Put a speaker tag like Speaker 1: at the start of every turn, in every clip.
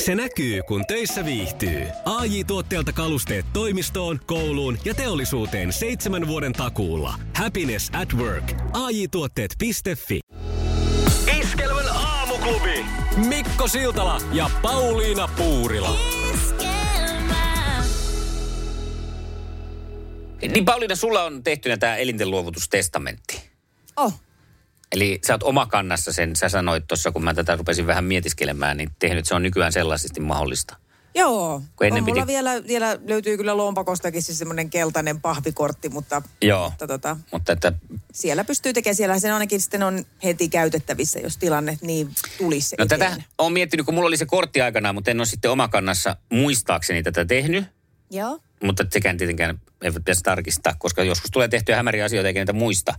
Speaker 1: Se näkyy, kun töissä viihtyy. ai tuotteelta kalusteet toimistoon, kouluun ja teollisuuteen seitsemän vuoden takuulla. Happiness at work. ai tuotteetfi Iskelmän aamuklubi. Mikko Siltala ja Pauliina Puurila.
Speaker 2: Niin Pauliina, sulla on tehtynä tämä elintenluovutustestamentti.
Speaker 3: Oh,
Speaker 2: Eli sä oot omakannassa sen, sä sanoit tuossa, kun mä tätä rupesin vähän mietiskelemään, niin tehnyt se on nykyään sellaisesti mahdollista.
Speaker 3: joo.
Speaker 2: Kun ennen
Speaker 3: on mulla
Speaker 2: piti-
Speaker 3: vielä, vielä, löytyy kyllä lompakostakin siis semmoinen keltainen pahvikortti, mutta,
Speaker 2: Joo.
Speaker 3: mutta tota,
Speaker 2: Mutta että, no
Speaker 3: siellä pystyy tekemään. Siellä sen ainakin sitten on heti käytettävissä, jos tilanne niin tulisi
Speaker 2: no
Speaker 3: eteen.
Speaker 2: tätä on miettinyt, kun mulla oli se kortti aikanaan, mutta en ole sitten omakannassa muistaakseni tätä tehnyt.
Speaker 3: Joo.
Speaker 2: Mutta sekään tietenkään ei pitäisi tarkistaa, koska joskus tulee tehtyä hämäriä asioita eikä niitä muista.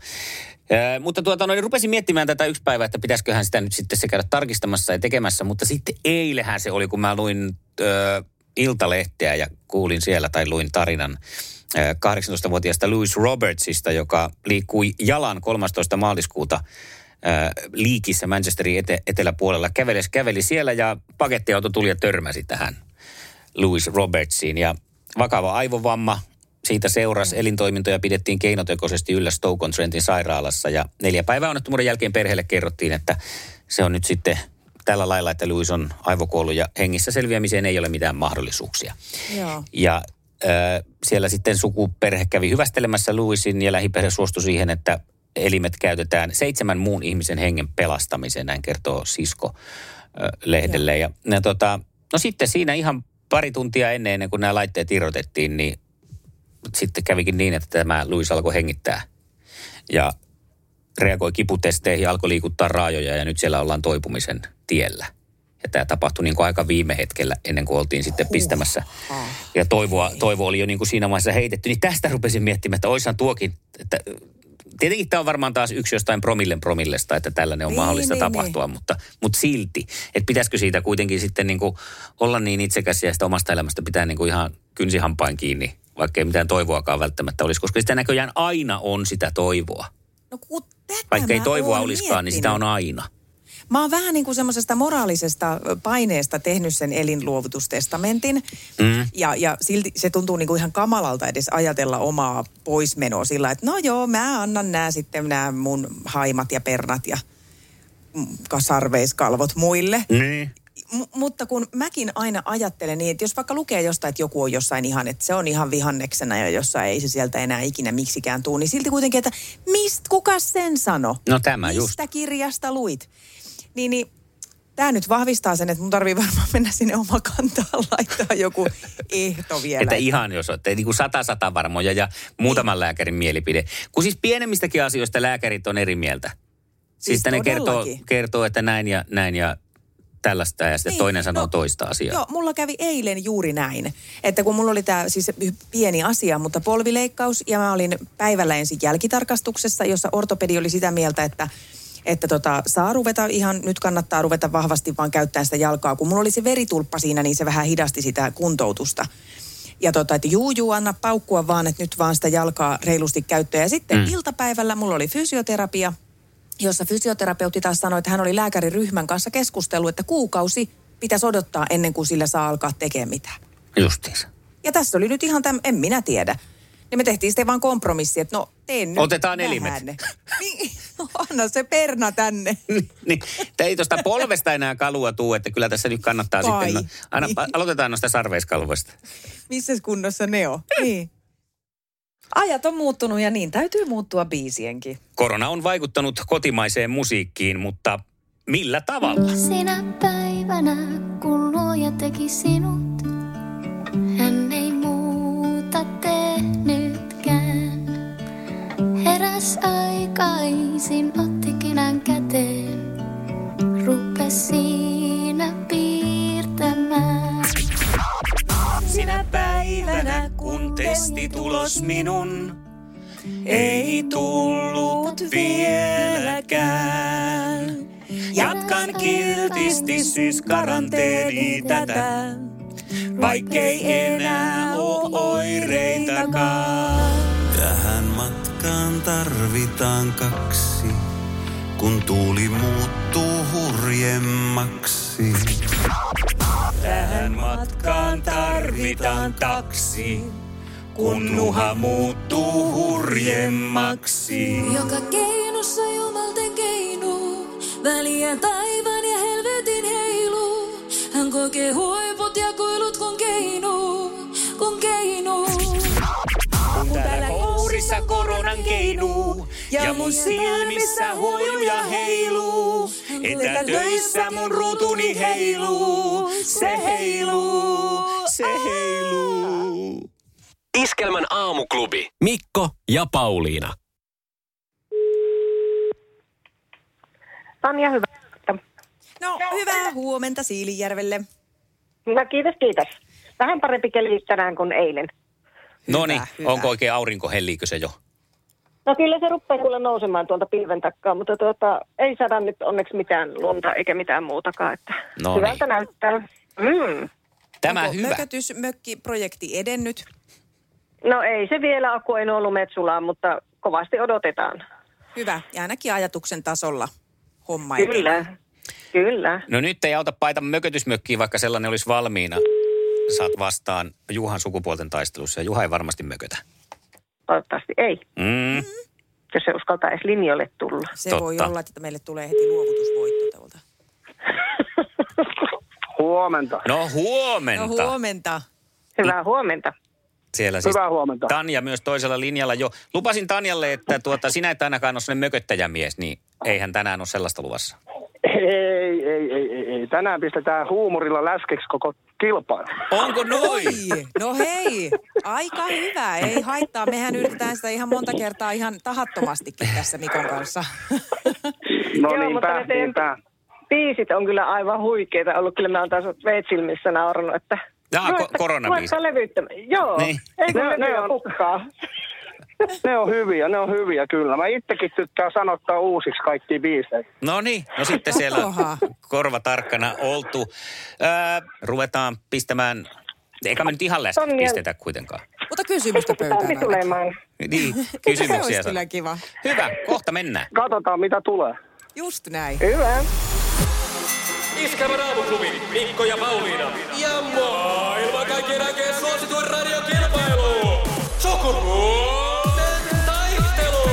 Speaker 2: Ee, mutta tuota, no, niin rupesin miettimään tätä yksi päivä, että pitäisiköhän sitä nyt sitten se käydä tarkistamassa ja tekemässä. Mutta sitten eilehän se oli, kun mä luin ö, Iltalehteä ja kuulin siellä tai luin tarinan ö, 18-vuotiaasta Louis Robertsista, joka liikkui jalan 13. maaliskuuta ö, liikissä Manchesterin ete- eteläpuolella. Käveles, käveli siellä ja pakettiauto tuli ja törmäsi tähän Louis Robertsiin. Ja vakava aivovamma siitä seurasi. Elintoimintoja pidettiin keinotekoisesti yllä Stoke on Trentin sairaalassa. Ja neljä päivää onnettomuuden jälkeen perheelle kerrottiin, että se on nyt sitten tällä lailla, että Louis on aivokuollut ja hengissä selviämiseen ei ole mitään mahdollisuuksia.
Speaker 3: Joo.
Speaker 2: Ja ö, siellä sitten sukuperhe kävi hyvästelemässä Louisin ja lähiperhe suostui siihen, että elimet käytetään seitsemän muun ihmisen hengen pelastamiseen, näin kertoo sisko ö, lehdelle. Ja, ja tota, no sitten siinä ihan pari tuntia ennen, ennen kuin nämä laitteet irrotettiin, niin sitten kävikin niin, että tämä Louis alkoi hengittää. Ja reagoi kiputesteihin, alkoi liikuttaa raajoja ja nyt siellä ollaan toipumisen tiellä. Ja tämä tapahtui niin kuin aika viime hetkellä ennen kuin oltiin sitten pistämässä. Ja toivoa, toivo oli jo niin kuin siinä vaiheessa heitetty. Niin tästä rupesin miettimään, että oishan tuokin, että tietenkin tämä on varmaan taas yksi jostain promillen promillesta, että tällainen on
Speaker 3: Niin,
Speaker 2: mahdollista
Speaker 3: niin,
Speaker 2: tapahtua, mutta, mutta silti. Että pitäisikö siitä kuitenkin sitten niin kuin olla niin itsekäs ja sitä omasta elämästä pitää niin kuin ihan kynsihampain kiinni, vaikka ei mitään toivoakaan välttämättä olisi, koska sitä näköjään aina on sitä toivoa.
Speaker 3: No kun tätä
Speaker 2: Vaikka ei
Speaker 3: mä
Speaker 2: toivoa
Speaker 3: oon
Speaker 2: olisikaan, niin sitä
Speaker 3: miettinyt.
Speaker 2: on aina.
Speaker 3: Mä oon vähän niin kuin semmoisesta moraalisesta paineesta tehnyt sen elinluovutustestamentin. Mm. Ja, ja silti se tuntuu niin kuin ihan kamalalta edes ajatella omaa poismenoa sillä, että no joo, mä annan nämä sitten nämä mun haimat ja pernat ja mm, sarveiskalvot muille.
Speaker 2: Niin.
Speaker 3: M- mutta kun mäkin aina ajattelen niin, että jos vaikka lukee jostain, että joku on jossain ihan, että se on ihan vihanneksena ja jossain ei se sieltä enää ikinä miksikään tuu, niin silti kuitenkin, että mist, kuka sen sano?
Speaker 2: No tämä
Speaker 3: Mistä
Speaker 2: just.
Speaker 3: kirjasta luit? Niin, niin tämä nyt vahvistaa sen, että mun tarvii varmaan mennä sinne oma kantaan laittaa joku ehto vielä.
Speaker 2: Että ihan jos olette niin kuin sata sata varmoja ja
Speaker 3: Niin.
Speaker 2: muutaman lääkärin mielipide. Kun siis pienemmistäkin asioista lääkärit on eri mieltä. Siis,
Speaker 3: Siis
Speaker 2: siis ne kertoo,
Speaker 3: todellakin.
Speaker 2: kertoo, että näin ja näin ja tällaista ja sitten
Speaker 3: Niin,
Speaker 2: toinen sanoo
Speaker 3: no,
Speaker 2: toista asiaa.
Speaker 3: Joo, mulla kävi eilen juuri näin, että kun mulla oli tämä siis pieni asia, mutta polvileikkaus ja mä olin päivällä ensin jälkitarkastuksessa, jossa ortopedi oli sitä mieltä, että että tota, saa ruveta ihan, nyt kannattaa ruveta vahvasti vaan käyttää sitä jalkaa. Kun mulla oli se veritulppa siinä, niin se vähän hidasti sitä kuntoutusta. Ja tota, että juu, juu, anna paukkua vaan, että nyt vaan sitä jalkaa reilusti käyttöön. Ja sitten mm. iltapäivällä mulla oli fysioterapia, jossa fysioterapeutti taas sanoi, että hän oli lääkäriryhmän kanssa keskustellut, että kuukausi pitäisi odottaa ennen kuin sillä saa alkaa tekemään mitään.
Speaker 2: Justiinsa.
Speaker 3: Ja tässä oli nyt ihan tämä, en minä tiedä. Niin me tehtiin sitten vaan kompromissi, että no teen nyt
Speaker 2: Otetaan
Speaker 3: vähän.
Speaker 2: elimet.
Speaker 3: Niin, anna se perna tänne.
Speaker 2: niin, te ei tuosta polvesta enää kalua tuu, että kyllä tässä nyt kannattaa
Speaker 3: Vai.
Speaker 2: sitten. No, aina,
Speaker 3: Niin.
Speaker 2: Aloitetaan noista sarveiskalvoista.
Speaker 3: Missä kunnossa ne on? Niin. Ajat on muuttunut ja niin täytyy muuttua biisienkin.
Speaker 2: Korona on vaikuttanut kotimaiseen musiikkiin, mutta millä tavalla?
Speaker 4: Sinä päivänä, kun luoja teki sinut, hän ei muuta tehnytkään. Heräs aikaisin, otti kinän käteen, rupes siinä piirtämään.
Speaker 3: Sinä päivänä,
Speaker 2: minun ei tullut vieläkään.
Speaker 4: Jatkan kiltisti
Speaker 3: siis
Speaker 2: karanteeni tätä, vaikkei enää oo oireitakaan.
Speaker 5: Tähän matkaan tarvitaan kaksi, kun tuuli muuttuu hurjemmaksi. Tähän matkaan tarvitaan taksi, kun nuha muuttuu hurjemmaksi.
Speaker 6: Joka keinossa jumalten keinu, väliä taivaan ja helvetin heilu. Hän kokee huiput ja kuilut kun keinu, kun keinu. Kun
Speaker 2: Täällä kourissa koronan keinuu ja mun silmissä huiluja heiluu. Etätöissä mun ruutuni heiluu, se heiluu, se heiluu.
Speaker 1: Iskelmän aamuklubi. Mikko ja Pauliina.
Speaker 7: Tanja, hyvä.
Speaker 3: No, hyvää huomenta Siilijärvelle.
Speaker 7: No kiitos, kiitos. Vähän parempi keli tänään kuin eilen.
Speaker 2: No niin,
Speaker 3: hyvä.
Speaker 2: onko oikein aurinko, helliikö se jo?
Speaker 7: No kyllä se rupeaa kyllä nousemaan tuolta pilven takkaa, mutta tuota, ei saada nyt onneksi mitään lunta eikä mitään muutakaan. Että
Speaker 2: No
Speaker 7: hyvältä näyttää. Mm.
Speaker 2: Tämä
Speaker 3: Onko
Speaker 2: hyvä.
Speaker 3: mökötysmökkiprojekti edennyt?
Speaker 7: No ei se vielä, kun en ollut metsulaa, mutta kovasti odotetaan.
Speaker 3: Hyvä. Ja ainakin ajatuksen tasolla homma etenee.
Speaker 7: Kyllä, kyllä.
Speaker 2: No nyt ei auta paita mökötysmökkiä, vaikka sellainen olisi valmiina. Saat vastaan Juhan sukupuolten taistelussa ja Juha ei varmasti mökötä.
Speaker 7: Toivottavasti ei,
Speaker 2: Mm.
Speaker 7: jos se uskaltaa edes linjoille tulla.
Speaker 3: Se
Speaker 2: Totta.
Speaker 3: voi olla, että meille tulee heti luovutusvoitto tuolta.
Speaker 8: Huomenta.
Speaker 2: No huomenta.
Speaker 3: No huomenta.
Speaker 7: Hyvää huomenta.
Speaker 2: Siellä siis
Speaker 8: Hyvää huomenta.
Speaker 2: Tanja myös toisella linjalla jo. Lupasin Tanjalle, että tuota, sinä et ainakaan ole sellainen mököttäjämies, niin eihän tänään ole sellaista luvassa.
Speaker 8: Ei, ei, ei, ei, ei. Tänään pistetään huumorilla läskeksi koko kilpailu.
Speaker 2: Onko noin?
Speaker 3: Oi, no hei, aika hyvä, ei haittaa. Mehän yritetään sitä ihan monta kertaa ihan tahattomastikin tässä Mikon kanssa.
Speaker 8: No
Speaker 7: Joo,
Speaker 8: niinpä,
Speaker 7: mutta ne teidän-
Speaker 8: niinpä.
Speaker 7: Biisit on kyllä aivan huikeita ollut. Kyllä mä oon taas veitsilmissä nauranut, että...
Speaker 2: Jaa, ko-
Speaker 7: että
Speaker 2: koronabiisit.
Speaker 7: ruvetkaa levyttämään. Joo,
Speaker 2: Niin.
Speaker 7: niin. ei
Speaker 3: No,
Speaker 7: kun
Speaker 8: Ne- ne
Speaker 7: ne,
Speaker 8: on-
Speaker 7: on kukkaa.
Speaker 8: Ne on hyviä, ne on hyviä kyllä. Mä itsekin tykkään sanottaa uusiksi kaikki biisejä.
Speaker 2: No niin, no sitten siellä on
Speaker 3: Oha.
Speaker 2: korva tarkkana oltu. Öö, ruvetaan pistämään, eikä me nyt ihan läsnä
Speaker 7: Tonnia.
Speaker 2: pistetä kuitenkaan.
Speaker 3: Mutta kysymystä pöytään.
Speaker 7: Tänne
Speaker 3: ainakin.
Speaker 7: tulemaan.
Speaker 2: Niin,
Speaker 3: Se olisi
Speaker 2: kysymyksiä. saa.
Speaker 3: kyllä kiva.
Speaker 2: Hyvä, kohta mennään.
Speaker 8: Katsotaan mitä tulee.
Speaker 3: Just näin.
Speaker 7: Hyvä.
Speaker 9: Iskävä raamuklubi, Mikko ja Pauliina. Ja maailman kaikkien aikeen suosituen radiokilpailu. Sukupuolten taistelu.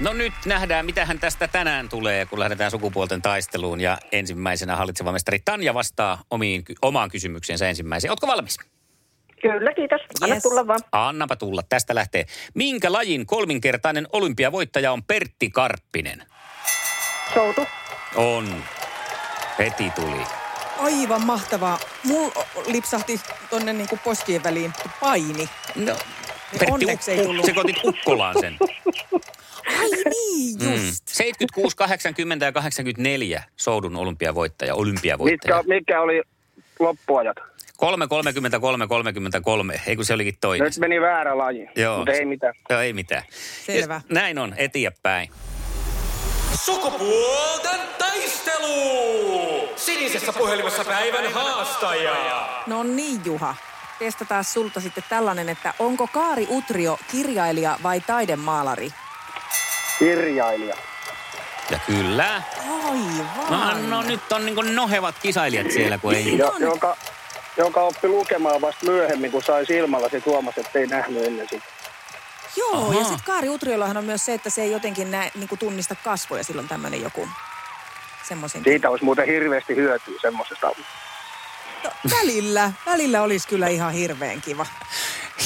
Speaker 2: No nyt nähdään, mitähän tästä tänään tulee, kun lähdetään sukupuolten taisteluun. Ja ensimmäisenä hallitseva mestari Tanja vastaa omiin, ky- omaan kysymykseensä ensimmäiseen. Ootko valmis?
Speaker 7: Kyllä, kiitos. Anna
Speaker 3: Yes.
Speaker 7: tulla vaan.
Speaker 2: Annapa tulla, tästä lähtee. Minkä lajin kolminkertainen olympiavoittaja on Pertti Karppinen?
Speaker 7: Soutu.
Speaker 2: On. Heti tuli.
Speaker 3: Aivan mahtavaa. Mulla lipsahti tonne niinku poskien väliin paini.
Speaker 2: No,
Speaker 3: onneksi ei tullut.
Speaker 2: sekoitit Ukkolaan sen.
Speaker 3: Ai niin,
Speaker 2: Mm.
Speaker 3: just.
Speaker 2: 76, 80 ja 84 soudun olympiavoittaja, olympiavoittaja.
Speaker 8: Mitkä, mikä oli loppuajat?
Speaker 2: 3, 33, 33, ei kun se olikin toinen.
Speaker 8: Nyt meni väärä laji,
Speaker 2: Joo.
Speaker 8: mutta ei mitään.
Speaker 2: Joo, ei mitään.
Speaker 3: Selvä.
Speaker 2: Ja näin on, eteenpäin.
Speaker 9: Sukupuolten taistelu. Sinisessä puhelimessa päivän haastaja.
Speaker 3: No niin, Juha. Testataan sulta sitten tällainen, että onko Kaari Utrio kirjailija vai taidemaalari?
Speaker 8: Kirjailija.
Speaker 2: Ja kyllä. No,
Speaker 3: Aivan.
Speaker 2: no nyt on niin kuin nohevat kisailijat siellä, kun ei...
Speaker 8: Jo, joka, joka oppi lukemaan vasta myöhemmin, kun sai silmällä, sit huomasi, että ei nähnyt ennen sitä.
Speaker 3: Joo,
Speaker 2: Ahaa.
Speaker 3: ja sitten Kaari Utriollahan on myös se, että se ei jotenkin näe, niin kuin tunnista kasvoja. Silloin tämmöinen joku semmoisen.
Speaker 2: Niin.
Speaker 8: Siitä olisi muuten hirveästi hyötyä semmoisesta.
Speaker 3: No, välillä, välillä olisi kyllä ihan hirveän kiva.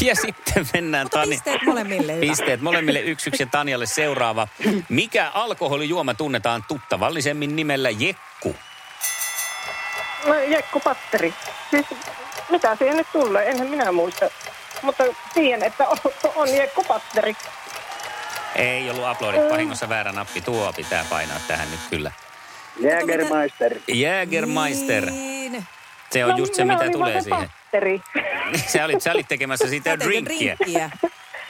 Speaker 2: Ja sitten mennään
Speaker 3: Mutta
Speaker 2: Tani...
Speaker 3: pisteet molemmille hyvä.
Speaker 2: Pisteet molemmille yksi yksi ja Tanjalle seuraava. Mikä alkoholijuoma tunnetaan tuttavallisemmin nimellä jekku?
Speaker 7: No, Jekku Patteri. Siis, mitä siihen nyt tulee? Enhän minä muista. Mutta tiedän, että on, on Jekku Patteri.
Speaker 2: Ei ollut aplodit, vahingossa väärä nappi. Tuo pitää painaa tähän nyt kyllä.
Speaker 8: Jägermeister.
Speaker 2: Jägermeister,
Speaker 3: Niin.
Speaker 2: se on just se,
Speaker 7: No minä
Speaker 2: mitä
Speaker 7: olin vaan
Speaker 2: tulee
Speaker 7: se
Speaker 2: siihen.
Speaker 7: Patteri.
Speaker 2: Sä olit, sä olit tekemässä sitä
Speaker 3: Sä teit jo
Speaker 2: drinkkiä.
Speaker 3: drinkkiä.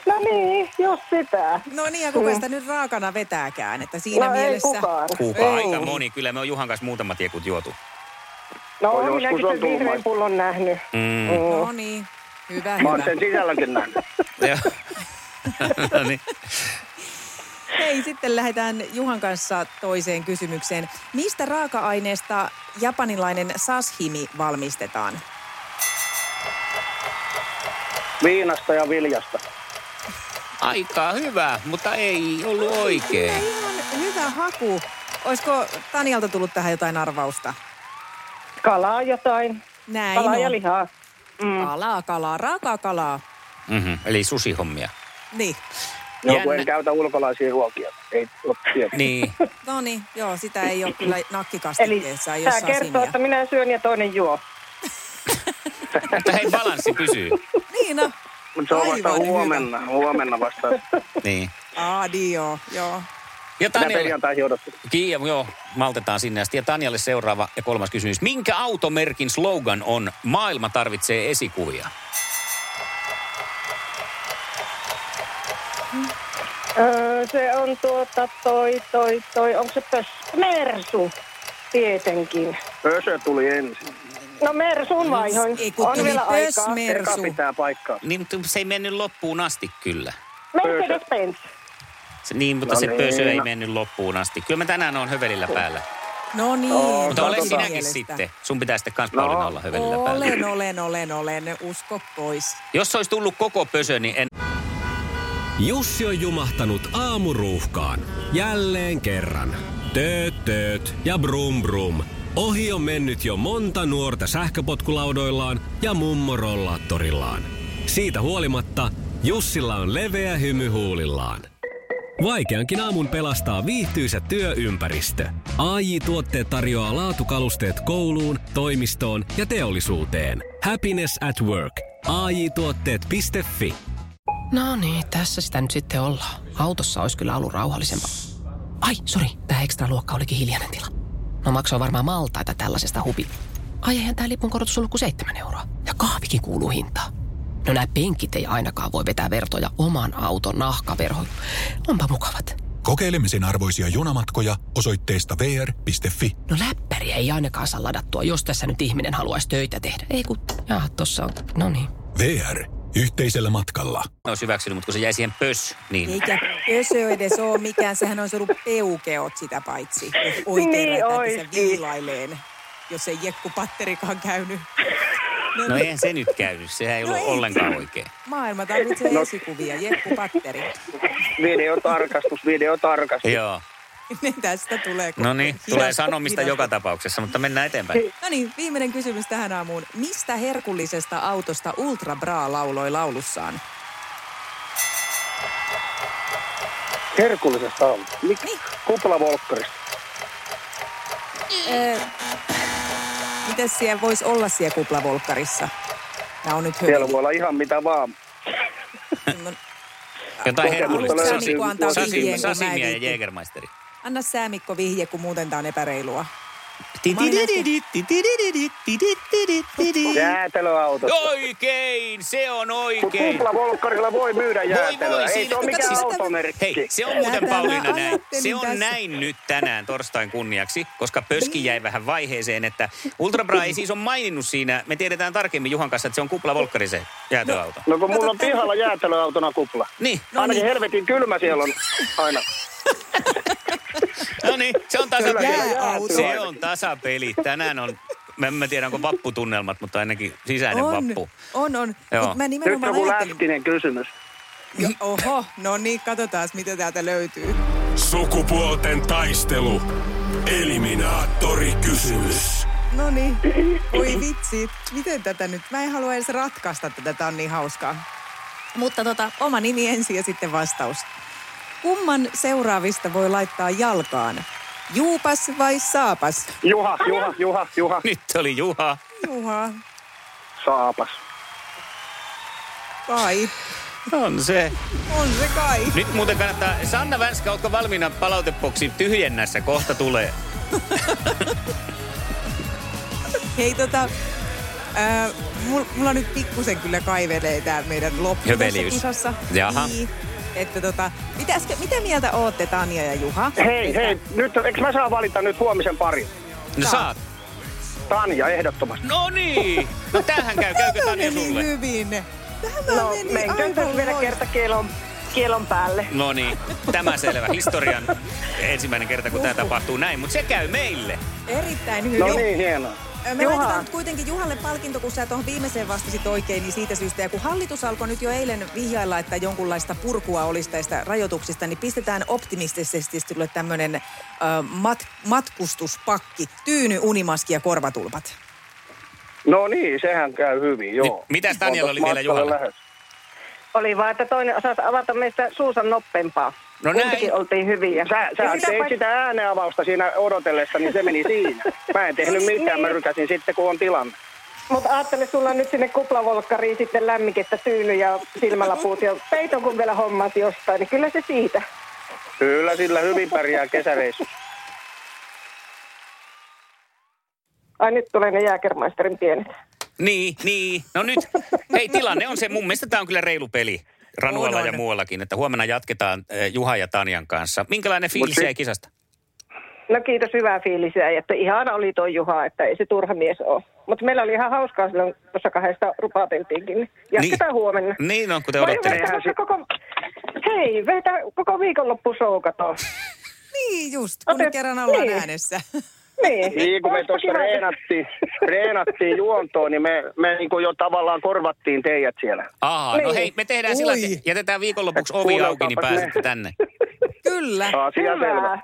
Speaker 7: No niin, just sitä.
Speaker 3: No niin, ja kuka sitä nyt raakana vetääkään, että siinä
Speaker 7: No ei
Speaker 3: mielessä...
Speaker 7: kukaan.
Speaker 2: Kuka aika moni. Kyllä me on Juhan kanssa muutamat jekut juotu.
Speaker 7: No,
Speaker 8: No,
Speaker 7: on
Speaker 8: joskus
Speaker 7: minäkin
Speaker 8: on
Speaker 7: sen vihreän
Speaker 8: tuumaista.
Speaker 7: pullon nähnyt.
Speaker 2: Mm.
Speaker 3: No niin, hyvä,
Speaker 8: Mä oon
Speaker 3: hyvä.
Speaker 8: sen sisälläkin nähnyt.
Speaker 2: Joo. no niin.
Speaker 3: Hei, sitten lähdetään Juhan kanssa toiseen kysymykseen. Mistä raaka-aineesta japanilainen sashimi valmistetaan?
Speaker 8: Viinasta ja viljasta.
Speaker 2: Aika hyvä, mutta ei ollut oikein.
Speaker 3: Kyllä ihan hyvä haku. Olisiko Tanjalta tullut tähän jotain arvausta?
Speaker 7: Kalaa jotain.
Speaker 3: Näin
Speaker 7: Kalaa
Speaker 3: on.
Speaker 7: ja lihaa. Mm.
Speaker 3: Kalaa, kalaa, raakaa kalaa.
Speaker 2: Mm-hmm. Eli susihommia.
Speaker 3: Niin.
Speaker 8: Joo, kun
Speaker 2: Jännä.
Speaker 8: en käytä ulkolaisia ruokia. Ei ole tietoa.
Speaker 2: Niin.
Speaker 3: No niin, joo, sitä ei ole kyllä
Speaker 7: Eli
Speaker 3: nakkikastikkeessa, ei ole
Speaker 7: tämä kertoo,
Speaker 3: sasimia.
Speaker 7: että minä syön ja toinen juo.
Speaker 2: Mutta hei, balanssi pysyy.
Speaker 3: Niin no.
Speaker 8: Mutta se on vasta
Speaker 3: Aivan hyvä.
Speaker 8: huomenna. Huomenna vasta.
Speaker 2: Niin.
Speaker 3: Adio, joo.
Speaker 2: Ja
Speaker 8: Minä
Speaker 2: Tanjalle,
Speaker 8: perjantaihin odotan.
Speaker 2: Kiia, joo, maltetaan sinne asti. Ja Tanjalle seuraava ja kolmas kysymys. Minkä automerkin slogan on Maailma tarvitsee esikuvia?
Speaker 7: Öö, se on tuota toi, toi, toi, onko se pös? Mersu, tietenkin.
Speaker 8: Pösö tuli ensin.
Speaker 7: No Mersun vaihoin.
Speaker 3: Ei, kun
Speaker 7: on
Speaker 3: tuli
Speaker 7: vielä
Speaker 3: pös
Speaker 7: aikaa.
Speaker 3: mer-
Speaker 8: Eka
Speaker 3: Persu.
Speaker 8: pitää paikkaa.
Speaker 2: Niin, mutta se ei mennyt loppuun asti kyllä.
Speaker 7: Mercedes-Benz.
Speaker 2: Se, niin, mutta
Speaker 8: No
Speaker 2: se
Speaker 8: niin.
Speaker 2: pösö ei mennyt loppuun asti. Kyllä mä tänään on hövelillä päällä.
Speaker 3: No niin.
Speaker 2: Mutta ole
Speaker 3: Mielestä.
Speaker 2: sinäkin sitten. Sun pitää sitten kans Pauliina
Speaker 8: No.
Speaker 2: olla hövelillä päällä.
Speaker 3: Olen, olen, olen, olen. Usko pois.
Speaker 2: Jos olisi tullut koko pösö, niin en...
Speaker 1: Jussi on jumahtanut aamuruuhkaan. Jälleen kerran. Tööt, tööt ja brum brum. Ohi on mennyt jo monta nuorta sähköpotkulaudoillaan ja mummorollaattorillaan. Siitä huolimatta Jussilla on leveä hymy huulillaan. Vaikeankin aamun pelastaa viihtyisä työympäristö. AJ Tuotteet tarjoaa laatukalusteet kouluun, toimistoon ja teollisuuteen. Happiness at work. AJ-tuotteet.fi
Speaker 10: No niin, tässä sitä nyt sitten ollaan. Autossa olisi kyllä ollut rauhallisempaa. Ai, sori, tämä ekstra luokka olikin hiljainen tila. No maksoi varmaan maltaita tällaisesta hupi. Ai eihän tämä lipun korotus ollut kuin 7 euroa. Ja kahvikin kuuluu hintaan. No nämä penkit ei ainakaan voi vetää vertoja oman auton nahkaverhoihin. Onpa mukavat.
Speaker 11: Kokeilemisen arvoisia junamatkoja osoitteesta vr.fi.
Speaker 10: No läppäriä ei ainakaan saa ladattua, jos tässä nyt ihminen haluaisi töitä tehdä. Ei kun, jaa, tossa on, no niin.
Speaker 11: VR. Yhteisellä matkalla.
Speaker 2: olisi hyväksynyt, mutta kun se jäi siihen pös, niin...
Speaker 3: Eikä pösö edes ole mikään. Sehän olisi ollut peukeot sitä paitsi. Jos
Speaker 7: Niin
Speaker 3: oikein niin sen
Speaker 7: olisikin.
Speaker 3: viilaileen, jos ei jekkupatterikaan käynyt.
Speaker 2: No eihän se nyt käynyt, sehän ei
Speaker 3: No
Speaker 2: ollut
Speaker 3: ei.
Speaker 2: ollenkaan oikein.
Speaker 3: Maailma tarvitsee
Speaker 8: No.
Speaker 3: esikuvia, jekkupatteri.
Speaker 8: Videotarkastus, videotarkastus.
Speaker 2: Joo.
Speaker 3: Ne tästä tulee. kun-
Speaker 2: No niin, tulee
Speaker 3: Hidas-
Speaker 2: sanomista
Speaker 3: hidas-
Speaker 2: joka tapauksessa, mutta mennään eteenpäin.
Speaker 3: No niin, viimeinen kysymys tähän aamuun. Mistä herkullisesta autosta Ultra Bra lauloi laulussaan?
Speaker 8: Herkullisesta aamusta. Mik-
Speaker 3: Niin.
Speaker 8: Kuplavolkkarista.
Speaker 3: Öö, mitäs siellä voisi olla siellä kuplavolkkarissa? Tämä on nyt No,
Speaker 8: Siellä
Speaker 3: hyvä.
Speaker 8: voi olla ihan mitä vaan.
Speaker 2: Jotain
Speaker 8: Kokea, mutta
Speaker 2: herkullista.
Speaker 8: löytyy-
Speaker 3: Sami, kun antaa
Speaker 8: Sasi-
Speaker 3: vihjeen, kun mä en
Speaker 2: Sasimia ja
Speaker 3: viitti.
Speaker 2: Jägermeisteri.
Speaker 3: Anna sää Mikko vihje, kun muuten tämä on epäreilua.
Speaker 8: Jäätelöauto.
Speaker 2: Oikein, se on oikein.
Speaker 8: Kuplavolkkarilla voi myydä jäätelöä.
Speaker 2: voi,
Speaker 8: Ei
Speaker 2: siinä-
Speaker 8: se ole
Speaker 2: no
Speaker 8: mikään
Speaker 2: kato,
Speaker 3: sitä-
Speaker 8: automerkki.
Speaker 2: Hei, se on
Speaker 3: Tätä
Speaker 2: muuten
Speaker 3: mä
Speaker 2: Pauliina näin.
Speaker 3: ajattelin
Speaker 2: Se on
Speaker 3: tässä.
Speaker 2: näin nyt tänään torstain kunniaksi, koska pöski jäi vähän vaiheeseen, että Ultrabra ei siis ole maininnut siinä. Me tiedetään tarkemmin Juhan kanssa, että se on kuplavolkkari se jäätöauto.
Speaker 8: No kun mulla on
Speaker 3: Kato,
Speaker 8: pihalla jäätelöautona kupla.
Speaker 2: Niin,
Speaker 3: No
Speaker 8: Ainakin
Speaker 3: niin.
Speaker 8: helvetin kylmä siellä on aina.
Speaker 2: no niin, se on tasapeli.
Speaker 3: Kyllä, kyllä, jääauto.
Speaker 2: Se on tasapeli. Tänään on, mä en mä tiedä onko vapputunnelmat, mutta ainakin sisäinen
Speaker 3: On,
Speaker 2: vappu.
Speaker 3: on, on.
Speaker 2: Joo.
Speaker 3: Mutta mä
Speaker 8: Nyt
Speaker 3: nimenomaan
Speaker 8: joku
Speaker 3: ajattelin-
Speaker 8: lähtinen kysymys.
Speaker 3: Jo, oho, no niin, katsotaan mitä täältä löytyy.
Speaker 9: Sukupuolten taistelu. Eliminaattori kysymys.
Speaker 3: No niin, voi vitsi, miten tätä nyt, mä en halua edes ratkaista tätä, tää on niin hauskaa. Mutta tota, oma nimi ensin ja sitten vastaus. Kumman seuraavista voi laittaa jalkaan? Juupas vai saapas?
Speaker 8: Juha, Juha, Juha, Juha.
Speaker 2: Nyt oli Juha.
Speaker 3: Juha,
Speaker 8: Saapas.
Speaker 3: kai.
Speaker 2: On se.
Speaker 3: On se kai.
Speaker 2: Nyt muuten kannattaa, Sanna Vänskä, ootko valmiina palautepoksi tyhjennässä? Kohta tulee.
Speaker 3: Hei tota, äh, mul- mulla nyt pikkusen kyllä kaivelee tää meidän loppu tässä
Speaker 2: Höveliys.
Speaker 3: kisassa.
Speaker 2: Jaha.
Speaker 3: Niin, että tota, mitäskö, mitä mieltä ootte Tanja ja Juha?
Speaker 8: Hei,
Speaker 3: Että-
Speaker 8: hei, nyt, eikö mä saa valita nyt huomisen parin?
Speaker 2: No saat.
Speaker 8: Tanja, ehdottomasti.
Speaker 2: No niin. No tämähän käy. Käykö
Speaker 3: Tämä
Speaker 2: Tanja
Speaker 3: meni
Speaker 2: sulle?
Speaker 3: hyvin. Tämä
Speaker 7: No,
Speaker 3: meni
Speaker 7: menkö
Speaker 3: niin, aivan
Speaker 7: tässä vielä
Speaker 3: loist-
Speaker 7: kerta kelon kielon päälle.
Speaker 2: No niin, tämä selvä. Historian ensimmäinen kerta, kun tämä tapahtuu näin, mutta se käy meille.
Speaker 3: Erittäin hyvin.
Speaker 8: No niin, hienoa.
Speaker 3: Me
Speaker 8: Juha.
Speaker 3: laitetaan nyt kuitenkin Juhalle palkinto, kun sä tuohon viimeiseen vastasit oikein, niin siitä syystä. Ja kun hallitus alkoi nyt jo eilen vihjailla, että jonkunlaista purkua olisi tästä rajoituksista, niin pistetään optimistisesti tulee tämmöinen äh, mat- matkustuspakki, tyyny, unimaski ja korvatulpat.
Speaker 8: No niin, sehän käy hyvin, joo.
Speaker 2: Ni- mitäs Daniel
Speaker 8: On
Speaker 2: oli vielä
Speaker 8: matkalle
Speaker 2: Juhalla?
Speaker 8: lähes.
Speaker 7: Oli vaan, että toinen osasi avata meistä suusa nopeampaa.
Speaker 2: No näin.
Speaker 7: Kumpikin oltiin hyviä.
Speaker 2: Niin
Speaker 8: Sä, sä
Speaker 7: Ja
Speaker 8: sitä teit
Speaker 7: paitsi-
Speaker 8: sitä äänenavausta siinä odotellessa, niin se meni siinä. Mä en tehnyt mitään, mä
Speaker 7: Niin.
Speaker 8: rykäsin sitten, kun on tilanne.
Speaker 7: Mutta ajattele, sulla on nyt sinne kuplavolkkariin sitten lämmikettä tyyny ja silmälaput ja peiton kun vielä hommat jostain, niin kyllä se siitä.
Speaker 8: Kyllä sillä hyvin pärjää kesäreissu.
Speaker 7: Ai nyt tulee ne jääkermaisterin pienet.
Speaker 2: Niin, niin. No nyt, hei tilanne on se. Mun mielestä tämä on kyllä reilu peli. Ranualla
Speaker 3: On, on.
Speaker 2: ja muuallakin, että huomenna jatketaan eh, Juha ja Tanjan kanssa. Minkälainen
Speaker 8: Mut
Speaker 2: fiilis
Speaker 8: sit-
Speaker 2: jäi kisasta?
Speaker 7: No kiitos, hyvää fiilisiä. Että ihana oli toi Juha, että ei se turha mies ole. Mutta meillä oli ihan hauskaa silloin, tuossa kahdesta rupateltiinkin. niin Jatketaan
Speaker 2: Niin.
Speaker 7: huomenna.
Speaker 2: Niin on, kuten
Speaker 7: Mä olin
Speaker 2: odottelin.
Speaker 7: vetämässä koko... Hei, vetä koko viikonloppu soukatoon.
Speaker 3: Niin just, kun
Speaker 7: Otet-
Speaker 3: kerran ollaan
Speaker 7: niin.
Speaker 3: äänessä.
Speaker 7: Niin.
Speaker 8: Niin kun me
Speaker 7: Oispa
Speaker 8: tuossa
Speaker 7: kiva, että-
Speaker 8: reenattiin, reenattiin juontoon, niin me, me niin kuin jo tavallaan korvattiin teidät siellä.
Speaker 2: Aha, no
Speaker 7: Niin.
Speaker 2: hei, me tehdään sillä, että
Speaker 3: Ui.
Speaker 2: jätetään viikonlopuksi ovi
Speaker 8: Kuunnelkaapas
Speaker 2: auki, niin
Speaker 8: me.
Speaker 2: pääsette tänne.
Speaker 3: Kyllä.
Speaker 8: Asia selvä.
Speaker 7: Hyvä.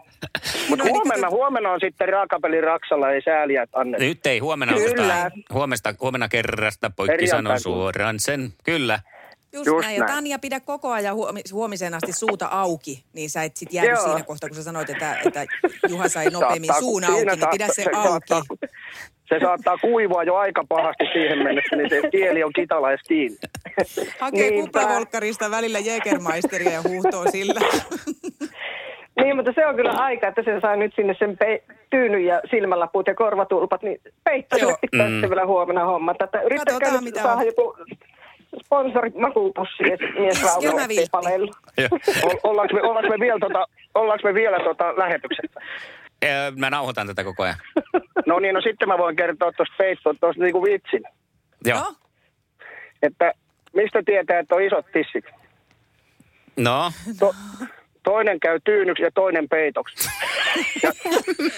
Speaker 8: Mutta huomenna, huomenna on sitten raakapeli Raksalla, ei sääliä, että anneta.
Speaker 2: Nyt ei, huomenna on
Speaker 7: Kyllä.
Speaker 2: jotain. Huomesta, huomenna kerrasta poikki
Speaker 8: Perjantai
Speaker 2: sanon
Speaker 8: kun-
Speaker 2: suoraan sen. Kyllä.
Speaker 3: Just,
Speaker 8: Just
Speaker 3: näin. Ja
Speaker 8: näin.
Speaker 3: Tanja, pidä koko ajan huomi- huomiseen asti suuta auki, niin sä et sit jäänyt
Speaker 7: Joo.
Speaker 3: siinä kohtaa, kun sä sanoit, että, että Juha sai nopeammin suun auki, niin pidä se
Speaker 8: Saattaa,
Speaker 3: auki.
Speaker 8: se saattaa kuivua jo aika pahasti siihen mennessä, niin se kieli on kitalais kiinni.
Speaker 3: Hakee
Speaker 7: Niinpä.
Speaker 3: kuplavolkkarista välillä Jägermeisteria ja huuhtoo sillä.
Speaker 7: Niin, mutta se on kyllä aika, että se saa nyt sinne sen pe- tyynyn ja silmälaput ja korvatulpat, niin peitto
Speaker 3: Joo.
Speaker 7: sinne pitää sitten vielä huomenna hommata. Että yrittäkää
Speaker 3: Katsotaan,
Speaker 7: nyt
Speaker 3: mitä
Speaker 7: saada
Speaker 3: on.
Speaker 7: joku sponsori makuupussi, että mies
Speaker 3: Iskelmä
Speaker 7: rauhoittuu
Speaker 3: viltti.
Speaker 7: paleilla.
Speaker 8: O- ollaanko, me, ollaanko me vielä, tota, ollaanko me vielä tota, lähetyksessä?
Speaker 2: Öö, Mä nauhoitan tätä koko ajan.
Speaker 8: No niin, no sitten mä voin kertoa tuosta peittoon, tuosta niinku vitsin.
Speaker 2: Joo.
Speaker 3: No,
Speaker 8: Että mistä tietää, että on isot tissit?
Speaker 2: No,
Speaker 8: To- toinen käy tyynyksi ja toinen peitoksi. Ja,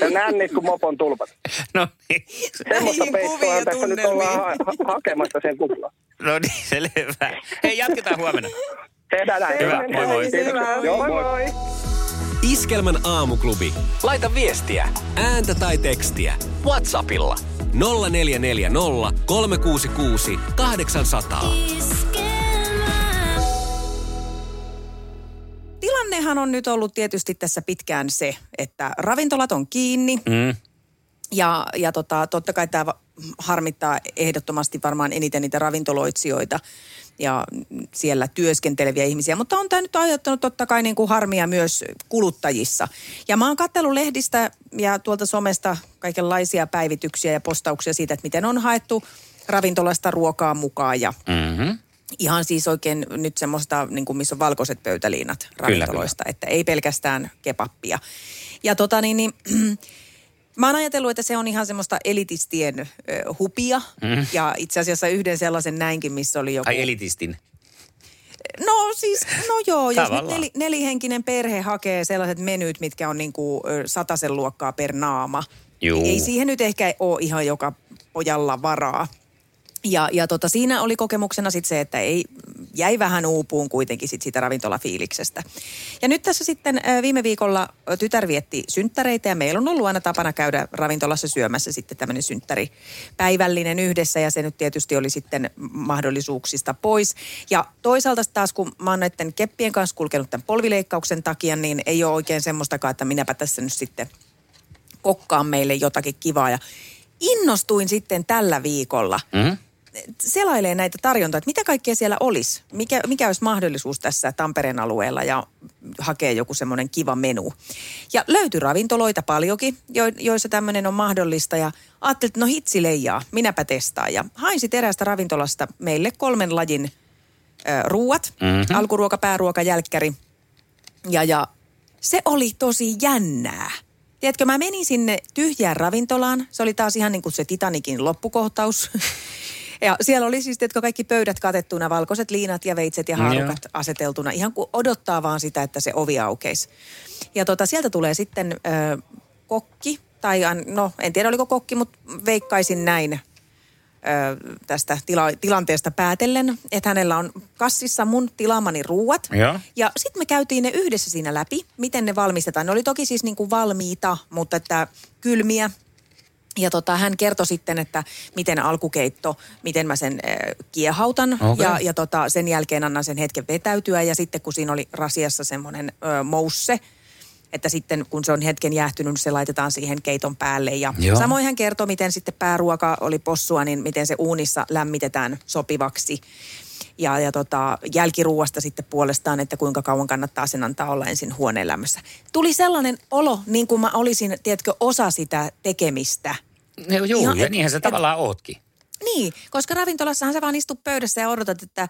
Speaker 8: ja nännit kuin mopon tulpat.
Speaker 2: no niin.
Speaker 8: Semmoista
Speaker 3: Näihin kuviin
Speaker 8: peittoa
Speaker 3: ja
Speaker 8: tässä nyt ollaan ha-
Speaker 3: tunnelmiin.
Speaker 8: ha- hakemassa sen kuplaan.
Speaker 2: No niin, selvä. Hei, jatketaan huomenna.
Speaker 8: Tehdään näin.
Speaker 2: Hyvä, moi moi.
Speaker 8: Kiitoksia. Joo, moi moi.
Speaker 1: Iskelmän aamuklubi. Laita viestiä, ääntä tai tekstiä. Whatsappilla. 0440 366 800.
Speaker 4: Iskelmää.
Speaker 3: tilannehan on nyt ollut tietysti tässä pitkään se, että ravintolat on kiinni
Speaker 2: Mm.
Speaker 3: ja, ja tota, totta kai tämä harmittaa ehdottomasti varmaan eniten niitä ravintoloitsijoita ja siellä työskenteleviä ihmisiä, mutta on tämä nyt aiheuttanut totta kai niin kuin harmia myös kuluttajissa. Ja mä oon katsellut lehdistä ja tuolta somesta kaikenlaisia päivityksiä ja postauksia siitä, että miten on haettu ravintolasta ruokaa mukaan ja
Speaker 2: Mm-hmm.
Speaker 3: Ihan siis oikein nyt semmoista, niin kuin missä on valkoiset pöytäliinat ravintoloista, kyllä, että ei pelkästään kepappia. Ja tota niin, niin mä oon ajatellut, että se on ihan semmoista elitistien ö, hupia. Mm. Ja itse asiassa yhden sellaisen näinkin, missä oli joku...
Speaker 2: Ai elitistin.
Speaker 3: No siis, no joo, jos nyt
Speaker 2: Tavallaan.
Speaker 3: neli, nelihenkinen perhe hakee sellaiset menyt, mitkä on niin kuin sataisen luokkaa per naama.
Speaker 2: Juu.
Speaker 3: Ei siihen nyt ehkä ole ihan joka pojalla varaa. Ja, ja tota, siinä oli kokemuksena sitten se, että ei, jäi vähän uupuun kuitenkin sit siitä ravintolafiiliksestä. Ja nyt tässä sitten ö, viime viikolla ö, tytär vietti synttäreitä ja meillä on ollut aina tapana käydä ravintolassa syömässä sitten tämmöinen synttäripäivällinen yhdessä ja se nyt tietysti oli sitten mahdollisuuksista pois. Ja toisaalta taas kun mä oon näiden keppien kanssa kulkenut tämän polvileikkauksen takia, niin ei ole oikein semmoistakaan, että minäpä tässä nyt sitten kokkaan meille jotakin kivaa. Ja innostuin sitten tällä viikolla
Speaker 2: Mm-hmm.
Speaker 3: selailee näitä tarjontoja, että mitä kaikkea siellä olisi, mikä, mikä olisi mahdollisuus tässä Tampereen alueella ja hakee joku semmoinen kiva menu. Ja löytyi ravintoloita paljonkin, jo, joissa tämmöinen on mahdollista ja ajattelin, että no hitsi leijaa, minäpä testaan. Ja hain sit eräästä ravintolasta meille kolmen lajin ö, ruuat, mm-hmm. alkuruoka, pääruoka, jälkkäri – ja, ja se oli tosi jännää. Tiedätkö, mä menin sinne tyhjään ravintolaan. Se oli taas ihan niin kuin se Titanikin loppukohtaus. Ja siellä oli siis tietkö kaikki pöydät katettuna, valkoiset liinat ja veitset ja
Speaker 2: Mm, joo.
Speaker 3: haarukat aseteltuna. Ihan kuin odottaa vaan sitä, että se ovi aukeisi. Ja tota, sieltä tulee sitten ö, kokki, tai an- no en tiedä oliko kokki, mutta veikkaisin näin ö, tästä tila- tilanteesta päätellen, että hänellä on kassissa mun tilaamani ruuat.
Speaker 2: Joo.
Speaker 3: Ja sitten me käytiin ne yhdessä siinä läpi, miten ne valmistetaan. Ne oli toki siis niin kuin valmiita, mutta että kylmiä. Ja tota, hän kertoi sitten, että miten alkukeitto, miten mä sen äh, kiehautan
Speaker 2: Okei.
Speaker 3: ja, ja tota, sen jälkeen annan sen hetken vetäytyä. Ja sitten kun siinä oli rasiassa semmoinen äh, mousse, että sitten kun se on hetken jäähtynyt, niin se laitetaan siihen keiton päälle. Ja
Speaker 2: Joo.
Speaker 3: samoin hän kertoi, miten sitten pääruoka oli possua, niin miten se uunissa lämmitetään sopivaksi. Ja, ja tota, jälkiruuasta sitten puolestaan, että kuinka kauan kannattaa sen antaa olla ensin huoneen lämmössä. Tuli sellainen olo, niin kuin mä olisin, tiedätkö, osa sitä tekemistä.
Speaker 2: No, juu,
Speaker 3: Ihan-
Speaker 2: ja niinhän sä tavallaan ootkin.
Speaker 3: Niin, koska ravintolassahan sä vaan istut pöydässä ja odotat, että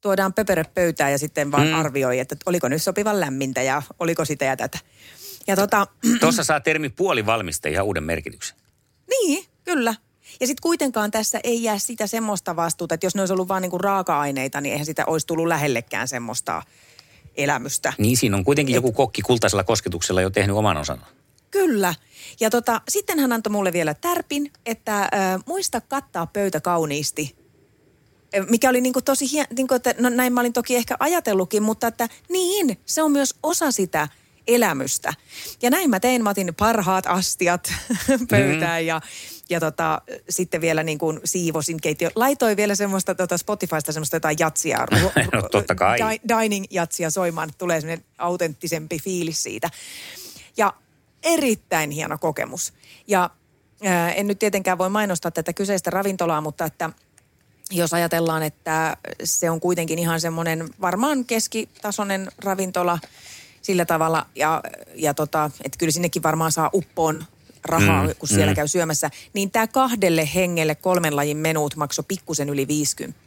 Speaker 3: tuodaan pöperö pöytään ja sitten vaan
Speaker 2: Mm.
Speaker 3: mm. arvioi, että oliko nyt sopivan lämmintä ja oliko sitä ja tätä. Ja tota,
Speaker 2: Tuossa saa termi puolivalmiste ihan uuden merkityksen.
Speaker 3: Niin, kyllä. Ja sitten kuitenkaan tässä ei jää sitä semmoista vastuuta, että jos ne olisi ollut vain niinku raaka-aineita, niin eihän sitä olisi tullut lähellekään semmoista elämystä.
Speaker 2: Niin siinä on kuitenkin joku kokki kultaisella kosketuksella jo tehnyt oman osansa.
Speaker 3: Kyllä. Ja tota, sitten hän antoi mulle vielä tärpin, että ö, muista kattaa pöytä kauniisti. Ö, Mikä oli niinku tosi hien, niinku, että no näin mä olin toki ehkä ajatellutkin, mutta että niin, se on myös osa sitä elämystä. Ja näin mä tein, mä otin parhaat astiat pöytään
Speaker 2: Mm-hmm.
Speaker 3: ja, ja tota, sitten vielä niin kuin siivosin keittiö. Laitoin vielä semmoista tota Spotifysta semmoista jotain jatsia. ru-
Speaker 2: No, totta kai.
Speaker 3: Di- dining-jatsia soimaan, että tulee semmoinen autenttisempi fiilis siitä. Ja erittäin hieno kokemus. Ja ää, en nyt tietenkään voi mainostaa tätä kyseistä ravintolaa, mutta että jos ajatellaan, että se on kuitenkin ihan semmoinen varmaan keskitasoinen ravintola sillä tavalla, ja, ja tota, että kyllä sinnekin varmaan saa uppoon rahaa,
Speaker 2: Mm,
Speaker 3: mm, kun siellä
Speaker 2: mm.
Speaker 3: mm. käy syömässä, niin tämä kahdelle hengelle kolmen lajin menuut maksoi pikkusen yli 50.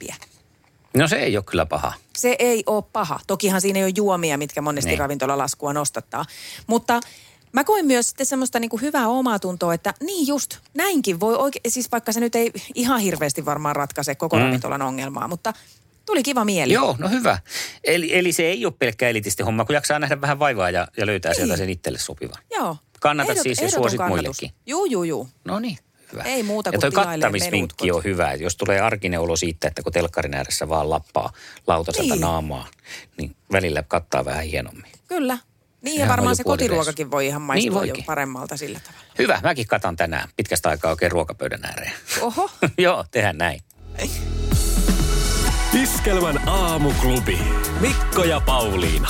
Speaker 2: No se ei ole kyllä paha.
Speaker 3: Se ei ole paha. Tokihan siinä ei ole juomia, mitkä monesti
Speaker 2: Niin.
Speaker 3: niin. ravintolalaskua nostattaa. Mutta mä koin myös sitten semmoista niinku hyvää omaa tuntoa, että niin just, näinkin voi oikein, siis vaikka se nyt ei ihan hirveästi varmaan ratkaise koko
Speaker 2: Mm.
Speaker 3: mm. ravintolan ongelmaa, mutta tuli kiva mieli.
Speaker 2: Joo, no hyvä. Eli, eli se ei ole pelkkä elitisti homma, kun jaksaa nähdä vähän vaivaa ja, ja löytää sieltä
Speaker 3: Niin.
Speaker 2: sen itselle sopivan.
Speaker 3: Joo.
Speaker 2: Kannatat siis ja
Speaker 3: ehdoton
Speaker 2: suosit
Speaker 3: kannatus.
Speaker 2: muillekin.
Speaker 3: Juu, juu, juu.
Speaker 2: No niin, hyvä.
Speaker 3: Ei muuta
Speaker 2: ja
Speaker 3: kuin
Speaker 2: toi
Speaker 3: tilailee menut.
Speaker 2: kattamisvinkki on hyvä. että Jos tulee arkinen olo siitä, että kun telkkarin ääressä vaan lappaa lautaselta
Speaker 3: Niin.
Speaker 2: naamaa, niin välillä kattaa vähän hienommin.
Speaker 3: Kyllä. Niin ja
Speaker 2: Sehän on
Speaker 3: varmaan
Speaker 2: jo
Speaker 3: se
Speaker 2: puolireissu.
Speaker 3: kotiruokakin voi ihan
Speaker 2: Niin
Speaker 3: maistua jo
Speaker 2: voikin.
Speaker 3: paremmalta sillä tavalla.
Speaker 2: Hyvä, mäkin katan tänään pitkästä aikaa oikein ruokapöydän ääreen.
Speaker 3: Oho.
Speaker 2: Joo, tehdään näin.
Speaker 1: Iskelmän aamuklubi. Mikko ja Pauliina.